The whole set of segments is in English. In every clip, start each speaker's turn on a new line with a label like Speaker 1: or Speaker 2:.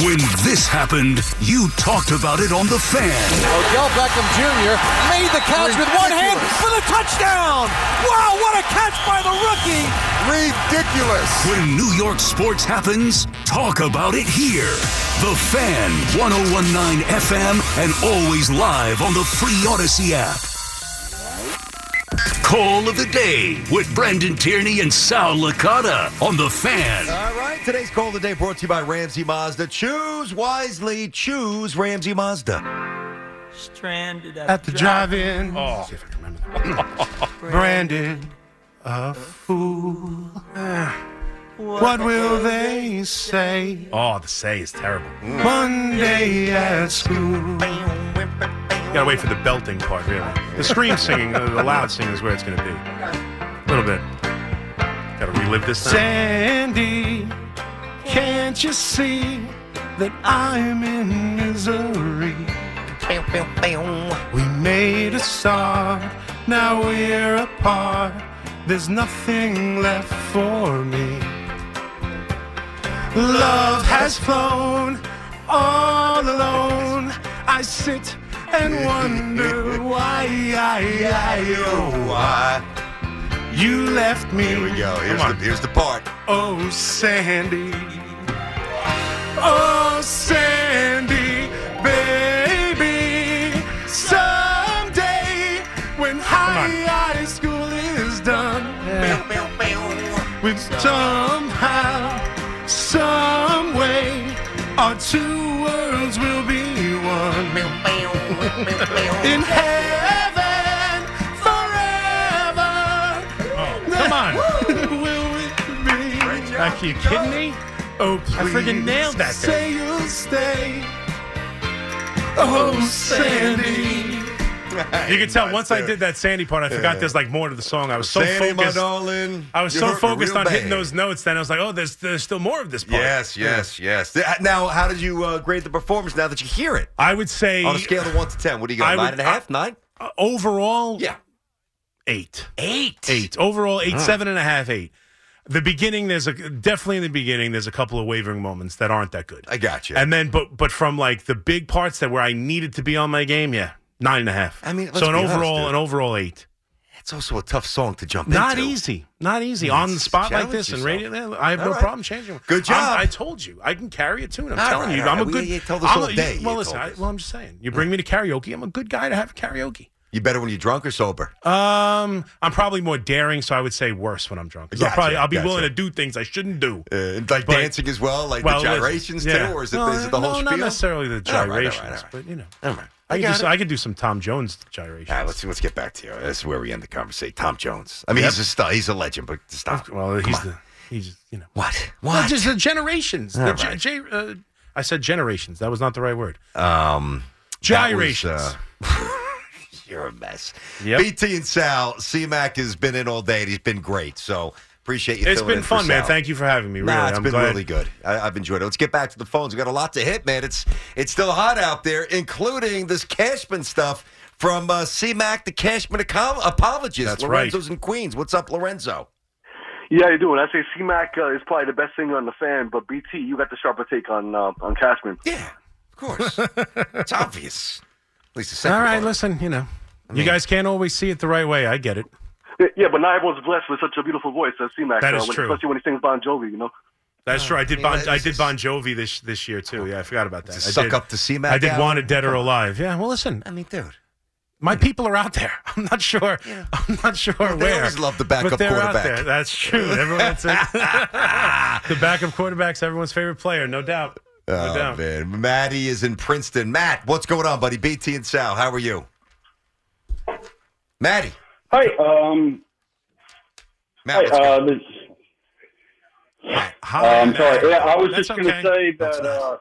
Speaker 1: When this happened, you talked about it on The Fan.
Speaker 2: Odell Beckham Jr. made the catch with one hand for the touchdown. Wow, what a catch by the rookie. Ridiculous.
Speaker 1: When New York sports happens, talk about it here. The Fan, 1019 FM, and always live on the free Odyssey app. Call of the Day with Brendan Tierney and Sal Licata on The Fan.
Speaker 2: All right, today's call of the day brought to you by Ramsey Mazda. Choose wisely, choose Ramsey Mazda.
Speaker 3: stranded
Speaker 4: at the drive-in. Branded a fool. What will they say
Speaker 5: Oh, the say is terrible. You
Speaker 4: one day at school?
Speaker 5: gotta wait for the belting part, really. The scream singing, the, the loud singing is where it's gonna be. A little bit. Gotta relive this now.
Speaker 4: Sandy, can't you see that I'm in misery? We made a start, now we're apart. There's nothing left for me. Love has flown all alone. I sit and wonder why I, I, oh,
Speaker 2: Why?
Speaker 4: why you left me.
Speaker 2: Here we go. Here's the, here's the part.
Speaker 4: Oh, Sandy. Oh, Sandy, baby. Someday, when high, high school is done, we somehow, some way, our two worlds will be one. In heaven, forever,
Speaker 5: Oh, Come on.
Speaker 4: will it be?
Speaker 5: Are you kidding me?
Speaker 4: Oh, please.
Speaker 5: I friggin' nailed that thing.
Speaker 4: Say you'll stay. Oh, Sandy.
Speaker 5: You can tell once I did that Sandy part, I forgot there's like more to the song. I was so
Speaker 2: Sandy, my
Speaker 5: focused.
Speaker 2: darling.
Speaker 5: I was
Speaker 2: you
Speaker 5: so
Speaker 2: hurt me
Speaker 5: focused
Speaker 2: real
Speaker 5: on hitting
Speaker 2: bad.
Speaker 5: those notes then I was like, oh, there's there's still more of this part.
Speaker 2: Yes, yes, yes. Th- Now, how did you uh, grade the performance now that you hear it?
Speaker 5: I would say
Speaker 2: On a scale of 1 to 10, what do you
Speaker 5: I
Speaker 2: got?
Speaker 5: would-
Speaker 2: Nine and a half, nine?
Speaker 5: uh, overall
Speaker 2: Yeah. Ah.
Speaker 5: eight.
Speaker 2: Eight.
Speaker 5: Eight. Overall eight, seven and a half, eight. The beginning, there's a definitely in the beginning, there's a couple of wavering moments that aren't that good.
Speaker 2: I got you.
Speaker 5: And then, but but from like the big parts that where I needed to be on my game, yeah, nine and a half.
Speaker 2: I mean, let's
Speaker 5: so an
Speaker 2: be honest,
Speaker 5: overall,
Speaker 2: dude.
Speaker 5: an overall eight.
Speaker 2: It's also a tough song to jump
Speaker 5: Not
Speaker 2: into.
Speaker 5: easy, not easy
Speaker 2: Yeah,
Speaker 5: on the
Speaker 2: it's-
Speaker 5: spot like
Speaker 2: challenge
Speaker 5: this and
Speaker 2: yourself.
Speaker 5: radio. yeah, I have
Speaker 2: All
Speaker 5: no
Speaker 2: right.
Speaker 5: problem changing. one.
Speaker 2: Good
Speaker 5: I'm-
Speaker 2: job.
Speaker 5: i told you, I can carry a tune. I'm
Speaker 2: All
Speaker 5: telling
Speaker 2: right,
Speaker 5: you,
Speaker 2: all
Speaker 5: I'm a
Speaker 2: right.
Speaker 5: good.
Speaker 2: We- you told us
Speaker 5: I'm
Speaker 2: all
Speaker 5: a-
Speaker 2: day,
Speaker 5: Well,
Speaker 2: you
Speaker 5: listen,
Speaker 2: told
Speaker 5: I,
Speaker 2: us.
Speaker 5: well, I'm just saying, you bring me to karaoke. I'm a good guy to have karaoke.
Speaker 2: You better when you're drunk or sober.
Speaker 5: Um, I'm probably more daring, so I would say worse when I'm drunk. 'Cause I'll
Speaker 2: Gotcha,
Speaker 5: probably I'll be
Speaker 2: gotcha.
Speaker 5: willing to do things I shouldn't do.
Speaker 2: Uh, like
Speaker 5: But-
Speaker 2: dancing as well, like the
Speaker 5: listen,
Speaker 2: gyrations
Speaker 5: yeah.
Speaker 2: too, or is it,
Speaker 5: no,
Speaker 2: is it the
Speaker 5: no,
Speaker 2: whole spiel?
Speaker 5: Not necessarily the
Speaker 2: All right, all right, all
Speaker 5: gyrations,
Speaker 2: right.
Speaker 5: but you know.
Speaker 2: All right.
Speaker 5: I,
Speaker 2: I
Speaker 5: could
Speaker 2: got
Speaker 5: do,
Speaker 2: it.
Speaker 5: I could do some Tom Jones gyrations.
Speaker 2: All right, let's see. Let's get back to you. This is where we end the conversation. Tom Jones. I mean,
Speaker 5: Yep.
Speaker 2: he's a star. He's a legend, but stop.
Speaker 5: well,
Speaker 2: Come
Speaker 5: he's
Speaker 2: on.
Speaker 5: the he's just, you know
Speaker 2: what?
Speaker 5: Well,
Speaker 2: What?
Speaker 5: just the generations. The
Speaker 2: All
Speaker 5: gy-
Speaker 2: right.
Speaker 5: gy- uh, I said generations. That was not the right word.
Speaker 2: um, that was,
Speaker 5: Gyrations.
Speaker 2: uh, you're a mess.
Speaker 5: Yep.
Speaker 2: BT and Sal. C Mac has been in all day. and He's been great. So appreciate you.
Speaker 5: it's
Speaker 2: filling
Speaker 5: been
Speaker 2: in for
Speaker 5: fun, man.
Speaker 2: Sal.
Speaker 5: Thank you for having me. Really,
Speaker 2: Nah, it's
Speaker 5: I'm
Speaker 2: been
Speaker 5: glad.
Speaker 2: really good. I, I've enjoyed it. Let's get back to the phones. We got a lot to hit, man. It's it's still hot out there, including this Cashman stuff from uh, C-Mac, the Cashman aco- apologist.
Speaker 5: That's right.
Speaker 2: Lorenzo's in Queens. What's up, Lorenzo?
Speaker 6: Yeah, how you doing? I say C-Mac uh, is probably the best thing on the fan, but BT, you got the sharper take on uh, on Cashman.
Speaker 2: Yeah, of course. it's obvious. At least the second
Speaker 5: All right,
Speaker 2: one.
Speaker 5: listen. You know, you guys can't always see it the right way. I get it.
Speaker 6: Yeah, but not everyone's blessed with such a beautiful voice as C-Mac.
Speaker 5: That
Speaker 6: uh,
Speaker 5: is
Speaker 6: when-
Speaker 5: true.
Speaker 6: Especially when he sings Bon Jovi, you know?
Speaker 5: That's true. I did.
Speaker 2: mean,
Speaker 5: Bon,
Speaker 2: this
Speaker 5: I did
Speaker 2: is-
Speaker 5: Bon Jovi this this year too. Yeah, I forgot about that.
Speaker 2: To
Speaker 5: I
Speaker 2: suck
Speaker 5: did,
Speaker 2: up to C-Mac
Speaker 5: I did
Speaker 2: album?
Speaker 5: Wanted Dead or Alive. Yeah. Well, listen,
Speaker 2: I mean, dude.
Speaker 5: my people are out there. I'm not sure. I'm not sure
Speaker 2: Well, they
Speaker 5: where.
Speaker 2: always love the backup
Speaker 5: but they're
Speaker 2: quarterback.
Speaker 5: Out there. That's true. Everyone's the backup quarterback's everyone's favorite player, no doubt.
Speaker 2: Oh,
Speaker 5: doubt.
Speaker 2: man. Matty is in Princeton. Matt, what's going on, buddy? BT and Sal, how are you? Matty.
Speaker 7: Hi. Um,
Speaker 2: Matt,
Speaker 7: hi.
Speaker 2: what's going on?
Speaker 7: Uh, this,
Speaker 5: Hi,
Speaker 7: um, sorry. Yeah, I was
Speaker 5: That's
Speaker 7: just going to
Speaker 5: okay.
Speaker 7: say
Speaker 5: That's
Speaker 7: that.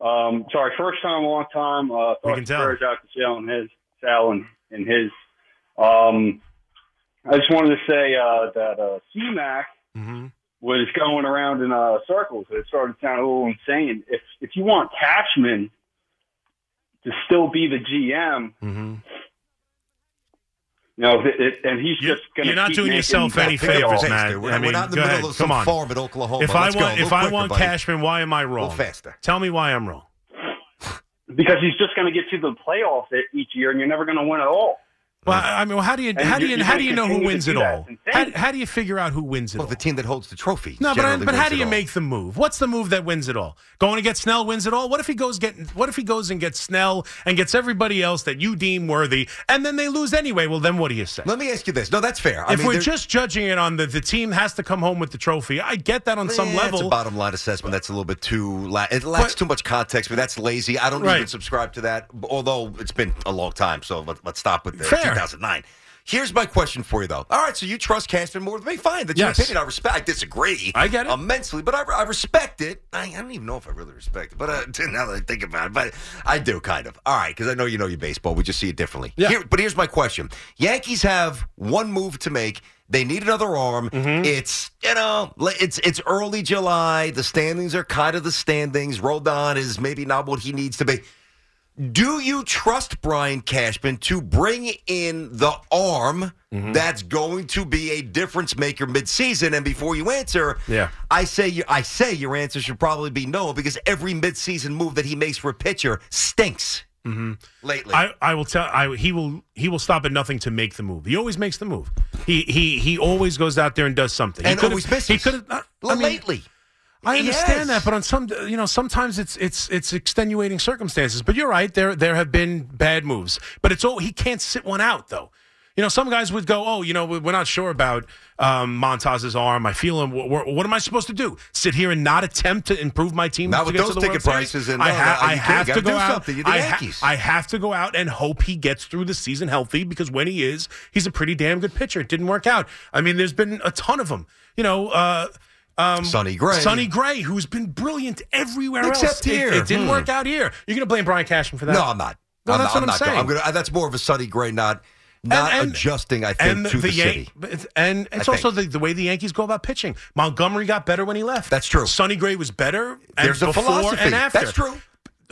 Speaker 7: Uh, um, sorry, first time, long time. Uh,
Speaker 5: We
Speaker 7: thoughts
Speaker 5: can
Speaker 7: and
Speaker 5: tell.
Speaker 7: prayers out to Sal and his. Sal and, and his. Um, I just wanted to say uh, that uh, CMAC
Speaker 5: Mhm.
Speaker 7: was going around in uh, circles. It started to sound a little insane. If if you want Cashman to still be the GM,
Speaker 5: Mhm.
Speaker 7: you know, it, it, and he's
Speaker 5: You-
Speaker 7: just going to
Speaker 5: you're not doing yourself any
Speaker 2: Pick up
Speaker 5: favors,
Speaker 2: the pace,
Speaker 5: Matt.
Speaker 2: dude. We're,
Speaker 5: I
Speaker 2: we're
Speaker 5: mean,
Speaker 2: not in the
Speaker 5: go
Speaker 2: middle
Speaker 5: ahead.
Speaker 2: of some
Speaker 5: Come on.
Speaker 2: farm at Oklahoma.
Speaker 5: If I
Speaker 2: Let's go a
Speaker 5: want,
Speaker 2: little
Speaker 5: if I
Speaker 2: quicker,
Speaker 5: want
Speaker 2: buddy.
Speaker 5: Cashman, why am I
Speaker 2: a
Speaker 5: wrong?
Speaker 2: little faster.
Speaker 5: Tell me why I'm wrong.
Speaker 7: because he's just going to get to the playoffs e- each year, and you're never going to win at all.
Speaker 5: Well, I I mean, well, how do you
Speaker 7: And
Speaker 5: how do
Speaker 7: you-
Speaker 5: you
Speaker 7: you
Speaker 5: how
Speaker 7: gotta
Speaker 5: do you know who
Speaker 7: continue to
Speaker 5: wins
Speaker 7: do
Speaker 5: it
Speaker 7: that.
Speaker 5: all?
Speaker 7: It's
Speaker 5: How,
Speaker 7: insane.
Speaker 5: how do you figure out who wins it
Speaker 2: Well,
Speaker 5: all?
Speaker 2: the team that holds the trophy.
Speaker 5: No, but I,
Speaker 2: generally
Speaker 5: but how
Speaker 2: wins
Speaker 5: do
Speaker 2: it
Speaker 5: you
Speaker 2: all.
Speaker 5: make the move? What's the move that wins it all? Going to get Snell wins it all. What if he goes get What if he goes and gets Snell and gets everybody else that you deem worthy, and then they lose anyway? Well, then what do you say?
Speaker 2: Let me ask you this. No, that's fair. I
Speaker 5: if
Speaker 2: mean,
Speaker 5: we're
Speaker 2: there-
Speaker 5: just judging it on the the team has to come home with the trophy, I get that on some
Speaker 2: Yeah, It's a
Speaker 5: level.
Speaker 2: bottom line assessment that's a little bit too. La- it lacks
Speaker 5: But-
Speaker 2: too much context, but that's lazy. I don't
Speaker 5: Right.
Speaker 2: even subscribe to that. Although it's been a long time, so let, let's stop with the
Speaker 5: Fair.
Speaker 2: 2009. Here's my question for you, though. All right, so you trust Cashman more than me? Fine, that's
Speaker 5: Yes.
Speaker 2: your opinion. I respect. I disagree.
Speaker 5: I get it.
Speaker 2: immensely, uh, but I, I respect it. I, I don't even know if I really respect it, but uh, now that I think about it, but I do kind of. All right, because I know you know your baseball. We just see it differently.
Speaker 5: Yeah.
Speaker 2: Here, but here's my question: Yankees have one move to make. They need another arm. It's you know, li- it's it's early July. The standings are kind of the standings. Rodon is maybe not what he needs to be. Do you trust Brian Cashman to bring in the arm
Speaker 5: Mm-hmm.
Speaker 2: that's going to be a difference maker midseason? And before you answer,
Speaker 5: Yeah.
Speaker 2: I say you, I say your answer should probably be no because every midseason move that he makes for a pitcher stinks lately.
Speaker 5: Mm-hmm. I, I will tell I he will he will stop at nothing to make the move. He always makes the move. He he he always goes out there and does something.
Speaker 2: And
Speaker 5: he could've-
Speaker 2: always misses.
Speaker 5: He could have.
Speaker 2: L- lately.
Speaker 5: I
Speaker 2: Yes.
Speaker 5: understand that, but on some, you know, sometimes it's it's it's extenuating circumstances. But you're right; there there have been bad moves, but it's all he can't sit one out though. You know, some guys would go, "Oh, you know, we- we're not sure about um, Montaz's arm. I feel him. What, what- what am I supposed to do? Sit here and not attempt to improve my team?
Speaker 2: Not
Speaker 5: to
Speaker 2: with
Speaker 5: get to
Speaker 2: those
Speaker 5: the
Speaker 2: ticket
Speaker 5: World Series?
Speaker 2: prices and-
Speaker 5: I,
Speaker 2: no,
Speaker 5: ha-
Speaker 2: no,
Speaker 5: I
Speaker 2: you
Speaker 5: have
Speaker 2: gotta
Speaker 5: to go
Speaker 2: do
Speaker 5: out.
Speaker 2: something. You're the
Speaker 5: I, ha-
Speaker 2: Yankees.
Speaker 5: I have to go out and hope he gets through the season healthy because when he is, he's a pretty damn good pitcher. It didn't work out. I mean, there's been a ton of them. You know, uh, um,
Speaker 2: Sonny Gray.
Speaker 5: Sonny Gray, who's been brilliant everywhere
Speaker 2: Except
Speaker 5: else. It-
Speaker 2: here.
Speaker 5: It, didn't
Speaker 2: Hmm.
Speaker 5: work out here. You're going to blame Brian Cashman for that.
Speaker 2: no, I'm not.
Speaker 5: No,
Speaker 2: I'm
Speaker 5: that's
Speaker 2: not,
Speaker 5: what I'm
Speaker 2: not
Speaker 5: saying.
Speaker 2: gonna- I- that's more of a Sonny Gray not not
Speaker 5: and-
Speaker 2: adjusting. I think
Speaker 5: And the,
Speaker 2: to the,
Speaker 5: the Yan-
Speaker 2: city.
Speaker 5: but it's- and it's
Speaker 2: I
Speaker 5: also the, the way the Yankees go about pitching. Montgomery got better when he left.
Speaker 2: That's true.
Speaker 5: Sonny Gray was better. and
Speaker 2: There's a
Speaker 5: before
Speaker 2: philosophy.
Speaker 5: and after.
Speaker 2: That's true.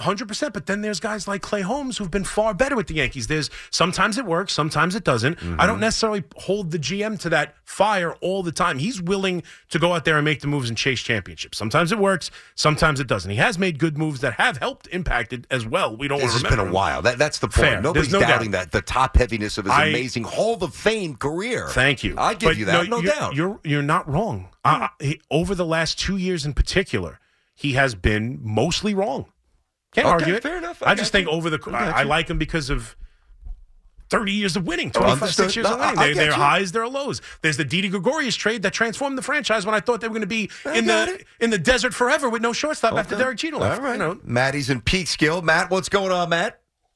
Speaker 5: Hundred percent, but then there's guys like Clay Holmes who've been far better with the Yankees. There's sometimes it works, sometimes it doesn't.
Speaker 2: Mm-hmm.
Speaker 5: I don't necessarily hold the GM to that fire all the time. He's willing to go out there and make the moves and chase championships. Sometimes it works, sometimes it doesn't. He has made good moves that have helped impacted as well. We don't
Speaker 2: It's
Speaker 5: want to
Speaker 2: just
Speaker 5: remember.
Speaker 2: been a
Speaker 5: him.
Speaker 2: while. That, that's the point.
Speaker 5: Fair.
Speaker 2: Nobody's
Speaker 5: There's no
Speaker 2: doubting that the top heaviness of his
Speaker 5: I-
Speaker 2: amazing Hall of Fame career.
Speaker 5: Thank you.
Speaker 2: I give
Speaker 5: But
Speaker 2: you that, no,
Speaker 5: you're,
Speaker 2: doubt. Mm-hmm.
Speaker 5: You're you're not wrong. I- I- he- over the last two years in particular, he has been mostly wrong. Can't
Speaker 2: Okay,
Speaker 5: argue it.
Speaker 2: fair enough. I
Speaker 5: I, just
Speaker 2: got
Speaker 5: think over the I, I like him because of. 30 years of winning,
Speaker 2: Oh,
Speaker 5: 25,
Speaker 2: understood.
Speaker 5: 6 years of
Speaker 2: No, I-
Speaker 5: winning.
Speaker 2: I
Speaker 5: They,
Speaker 2: get
Speaker 5: there are
Speaker 2: you.
Speaker 5: highs, there are lows. There's the Didi Gregorius trade that transformed the franchise when I thought they were going to be
Speaker 2: I
Speaker 5: in
Speaker 2: got
Speaker 5: the
Speaker 2: it.
Speaker 5: in the desert forever with no shortstop after
Speaker 2: Okay.
Speaker 5: Derek Jeter left.
Speaker 2: All right.
Speaker 5: You know,
Speaker 2: Maddie's in peak skill. Matt, what's going on, Matt?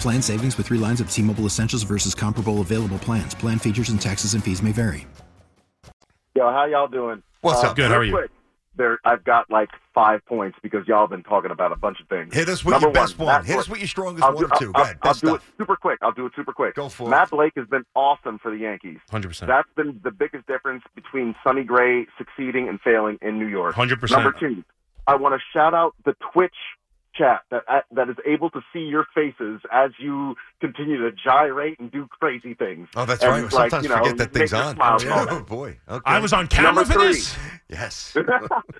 Speaker 8: Plan savings with three lines of T Mobile Essentials versus comparable available plans. Plan features and taxes and fees may vary.
Speaker 9: Yo, how y'all doing? Uh,
Speaker 5: What's up? Good, how
Speaker 9: real
Speaker 5: are you?
Speaker 9: Quick, there, I've got like five points because y'all been talking about a bunch of things.
Speaker 2: Hit us with
Speaker 9: Number
Speaker 2: your best one.
Speaker 9: Matt
Speaker 2: Hit us
Speaker 9: Blake.
Speaker 2: with your strongest
Speaker 9: I'll
Speaker 2: one
Speaker 9: do-
Speaker 2: or two.
Speaker 9: I'll-
Speaker 2: Go ahead.
Speaker 9: I'll,
Speaker 2: Best
Speaker 9: do
Speaker 2: stuff.
Speaker 9: it super quick. I'll do it super quick. Go
Speaker 2: for it.
Speaker 9: Matt Blake has been awesome for the Yankees.
Speaker 5: 100%.
Speaker 9: That's been the biggest difference between Sonny Gray succeeding and failing in New York.
Speaker 5: 100%.
Speaker 9: Number two, I want to shout out the Twitch chat that uh, that is able to see your faces as you continue to gyrate and do crazy things.
Speaker 2: Oh, that's
Speaker 9: And,
Speaker 2: right. We
Speaker 9: like,
Speaker 2: sometimes
Speaker 9: you know,
Speaker 2: forget that
Speaker 9: make
Speaker 2: thing's
Speaker 9: your
Speaker 2: on.
Speaker 9: smile
Speaker 2: Yeah.
Speaker 9: go.
Speaker 2: Oh, boy. Okay.
Speaker 5: I was on camera
Speaker 9: Number
Speaker 5: for
Speaker 9: three.
Speaker 5: this.
Speaker 2: Yes.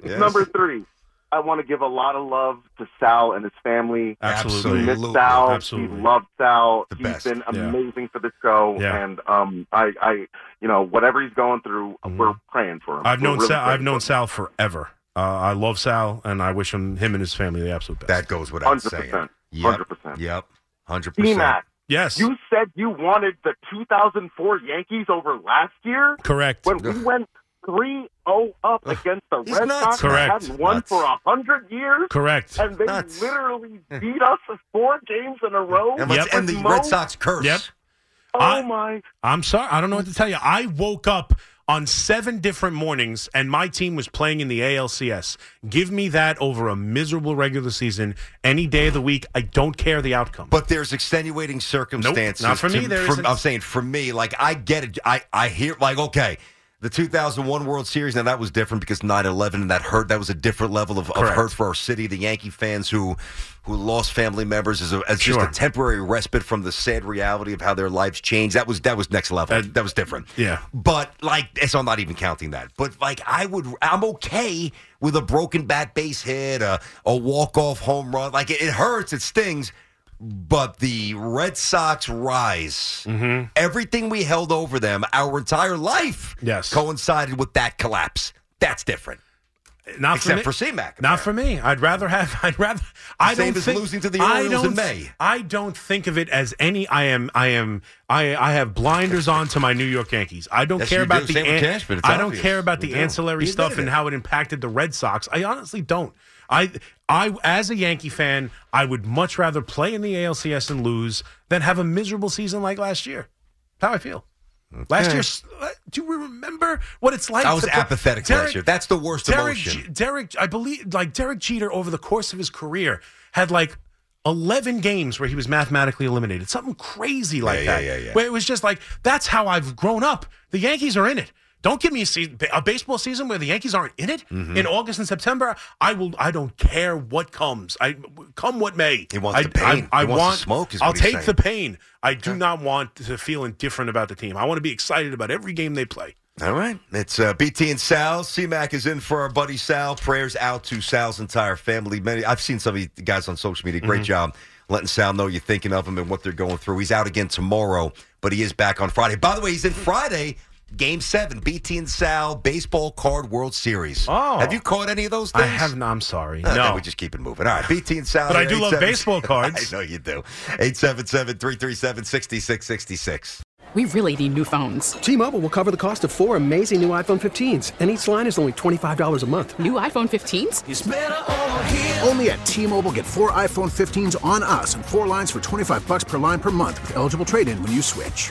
Speaker 2: Yes.
Speaker 9: Number three, I want to give a lot of love to Sal and his family.
Speaker 2: Absolutely.
Speaker 9: we miss
Speaker 2: Absolutely.
Speaker 9: Sal.
Speaker 2: Absolutely.
Speaker 9: We love Sal. He's
Speaker 2: best.
Speaker 9: been
Speaker 2: Yeah.
Speaker 9: amazing for the show,
Speaker 5: Yeah.
Speaker 9: and um, I, I, you know, whatever he's going through, we're praying for him.
Speaker 5: Mm-hmm. I've
Speaker 9: We're
Speaker 5: known
Speaker 9: really
Speaker 5: Sal.
Speaker 9: praying
Speaker 5: I've known Sal forever. Uh, I love Sal, and I wish him, him and his family the absolute best. That
Speaker 2: goes
Speaker 9: without 100%. saying.
Speaker 5: Yep.
Speaker 9: 100%.
Speaker 2: Yep. 100%.
Speaker 9: for him. T-Mac,
Speaker 5: Yes.
Speaker 9: You said you wanted the 2004 Yankees over last year.
Speaker 5: Correct.
Speaker 9: When we went 3-0 up against the
Speaker 5: He's
Speaker 9: Red
Speaker 5: nuts.
Speaker 9: Sox,
Speaker 5: Correct.
Speaker 9: that hadn't won
Speaker 5: Nuts.
Speaker 9: for a hundred years.
Speaker 5: Correct.
Speaker 9: And they
Speaker 5: Nuts.
Speaker 9: literally beat us four games in a row.
Speaker 5: And let's Yep. end the
Speaker 9: With Mo-
Speaker 5: Red Sox curse. Yep.
Speaker 9: Oh
Speaker 5: I-
Speaker 9: my!
Speaker 5: I'm sorry. I don't know what to tell you. I woke up on seven different mornings and my team was playing in the ALCS. Give me that over a miserable regular season any day of the week. I don't care the outcome.
Speaker 2: But there's extenuating circumstances.
Speaker 5: Nope, not for me.
Speaker 2: to-
Speaker 5: There
Speaker 2: for-
Speaker 5: isn't.
Speaker 2: I'm saying for me, like I get it. I, I hear like okay, the 2001 World Series. Now that was different because 9/11 and that hurt. That was a different level of, of
Speaker 5: Correct.
Speaker 2: hurt for our city. The Yankee fans who who lost family members as, a, as
Speaker 5: Sure.
Speaker 2: just a temporary respite from the sad reality of how their lives changed. That was that was next level.
Speaker 5: Uh,
Speaker 2: That, was different.
Speaker 5: yeah.
Speaker 2: But like, so I'm not even counting that. But like, I would, I'm okay with a broken bat base hit, a, a walk off home run. Like, it, it hurts, it stings. But the Red Sox rise, everything we held over them our entire life, yes, coincided with that collapse. That's different.
Speaker 5: Not
Speaker 2: except
Speaker 5: for,
Speaker 2: for
Speaker 5: me.
Speaker 2: C-Mac,
Speaker 5: Not for me. I'd rather have. I'd rather. I
Speaker 2: same
Speaker 5: don't
Speaker 2: as
Speaker 5: think
Speaker 2: losing to the
Speaker 5: I
Speaker 2: Orioles
Speaker 5: don't,
Speaker 2: in May.
Speaker 5: I don't think of it as any. I am. I am. I. I have blinders on to my New York Yankees. I don't
Speaker 2: Yes,
Speaker 5: care
Speaker 2: you
Speaker 5: about the.
Speaker 2: do. Same with Cashman. It's
Speaker 5: I don't
Speaker 2: obvious.
Speaker 5: care about
Speaker 2: You
Speaker 5: the
Speaker 2: do.
Speaker 5: ancillary
Speaker 2: You
Speaker 5: stuff
Speaker 2: admitted
Speaker 5: and
Speaker 2: it.
Speaker 5: how it impacted the Red Sox. I honestly don't. I. I, as a Yankee fan, I would much rather play in the ALCS and lose than have a miserable season like last year. That's how I feel. Last
Speaker 2: Okay.
Speaker 5: year, uh, do we remember what it's like?
Speaker 2: I was
Speaker 5: to play-
Speaker 2: apathetic
Speaker 5: Derek-
Speaker 2: last year. That's the worst
Speaker 5: Derek,
Speaker 2: emotion.
Speaker 5: Je- Derek, I believe, like Derek Jeter, over the course of his career, had like eleven games where he was mathematically eliminated. Something crazy like
Speaker 2: Yeah, yeah,
Speaker 5: that.
Speaker 2: yeah, yeah.
Speaker 5: Where it was just like, that's how I've grown up. The Yankees are in it. Don't give me a, season, a baseball season where the Yankees aren't in it
Speaker 2: Mhm.
Speaker 5: in August and September. I will. I don't care what comes. I come what may.
Speaker 2: He wants
Speaker 5: I,
Speaker 2: the pain.
Speaker 5: I, I
Speaker 2: He wants the
Speaker 5: want
Speaker 2: smoke is
Speaker 5: I'll
Speaker 2: what he's
Speaker 5: take
Speaker 2: saying.
Speaker 5: the pain. I do not want to feel indifferent about the team. I want to be excited about every game they play.
Speaker 2: All right. It's uh, BT and Sal. C-Mac is in for our buddy Sal. Prayers out to Sal's entire family. Many I've seen some of the guys on social media. Great
Speaker 5: Mhm.
Speaker 2: job letting Sal know you're thinking of him and what they're going through. He's out again tomorrow, but he is back on Friday. By the way, he's in Friday, Game 7, BT and Sal Baseball Card World Series. Oh. Have you caught any of those things?
Speaker 5: I have not. I'm sorry.
Speaker 2: Uh, then
Speaker 5: no.
Speaker 2: we just keep it moving. All right, BT and Sal.
Speaker 5: But I
Speaker 2: here,
Speaker 5: do love
Speaker 2: 87
Speaker 5: baseball cards.
Speaker 2: I know you do. 877-337-6666.
Speaker 10: We really need new phones. T-Mobile will cover the cost of four amazing new iPhone 15s, and each line is only twenty-five dollars a month.
Speaker 11: New iPhone 15s?
Speaker 12: Only at T-Mobile, get four iPhone 15s on us and four lines for 25 bucks per line per month with eligible trade-in when you switch.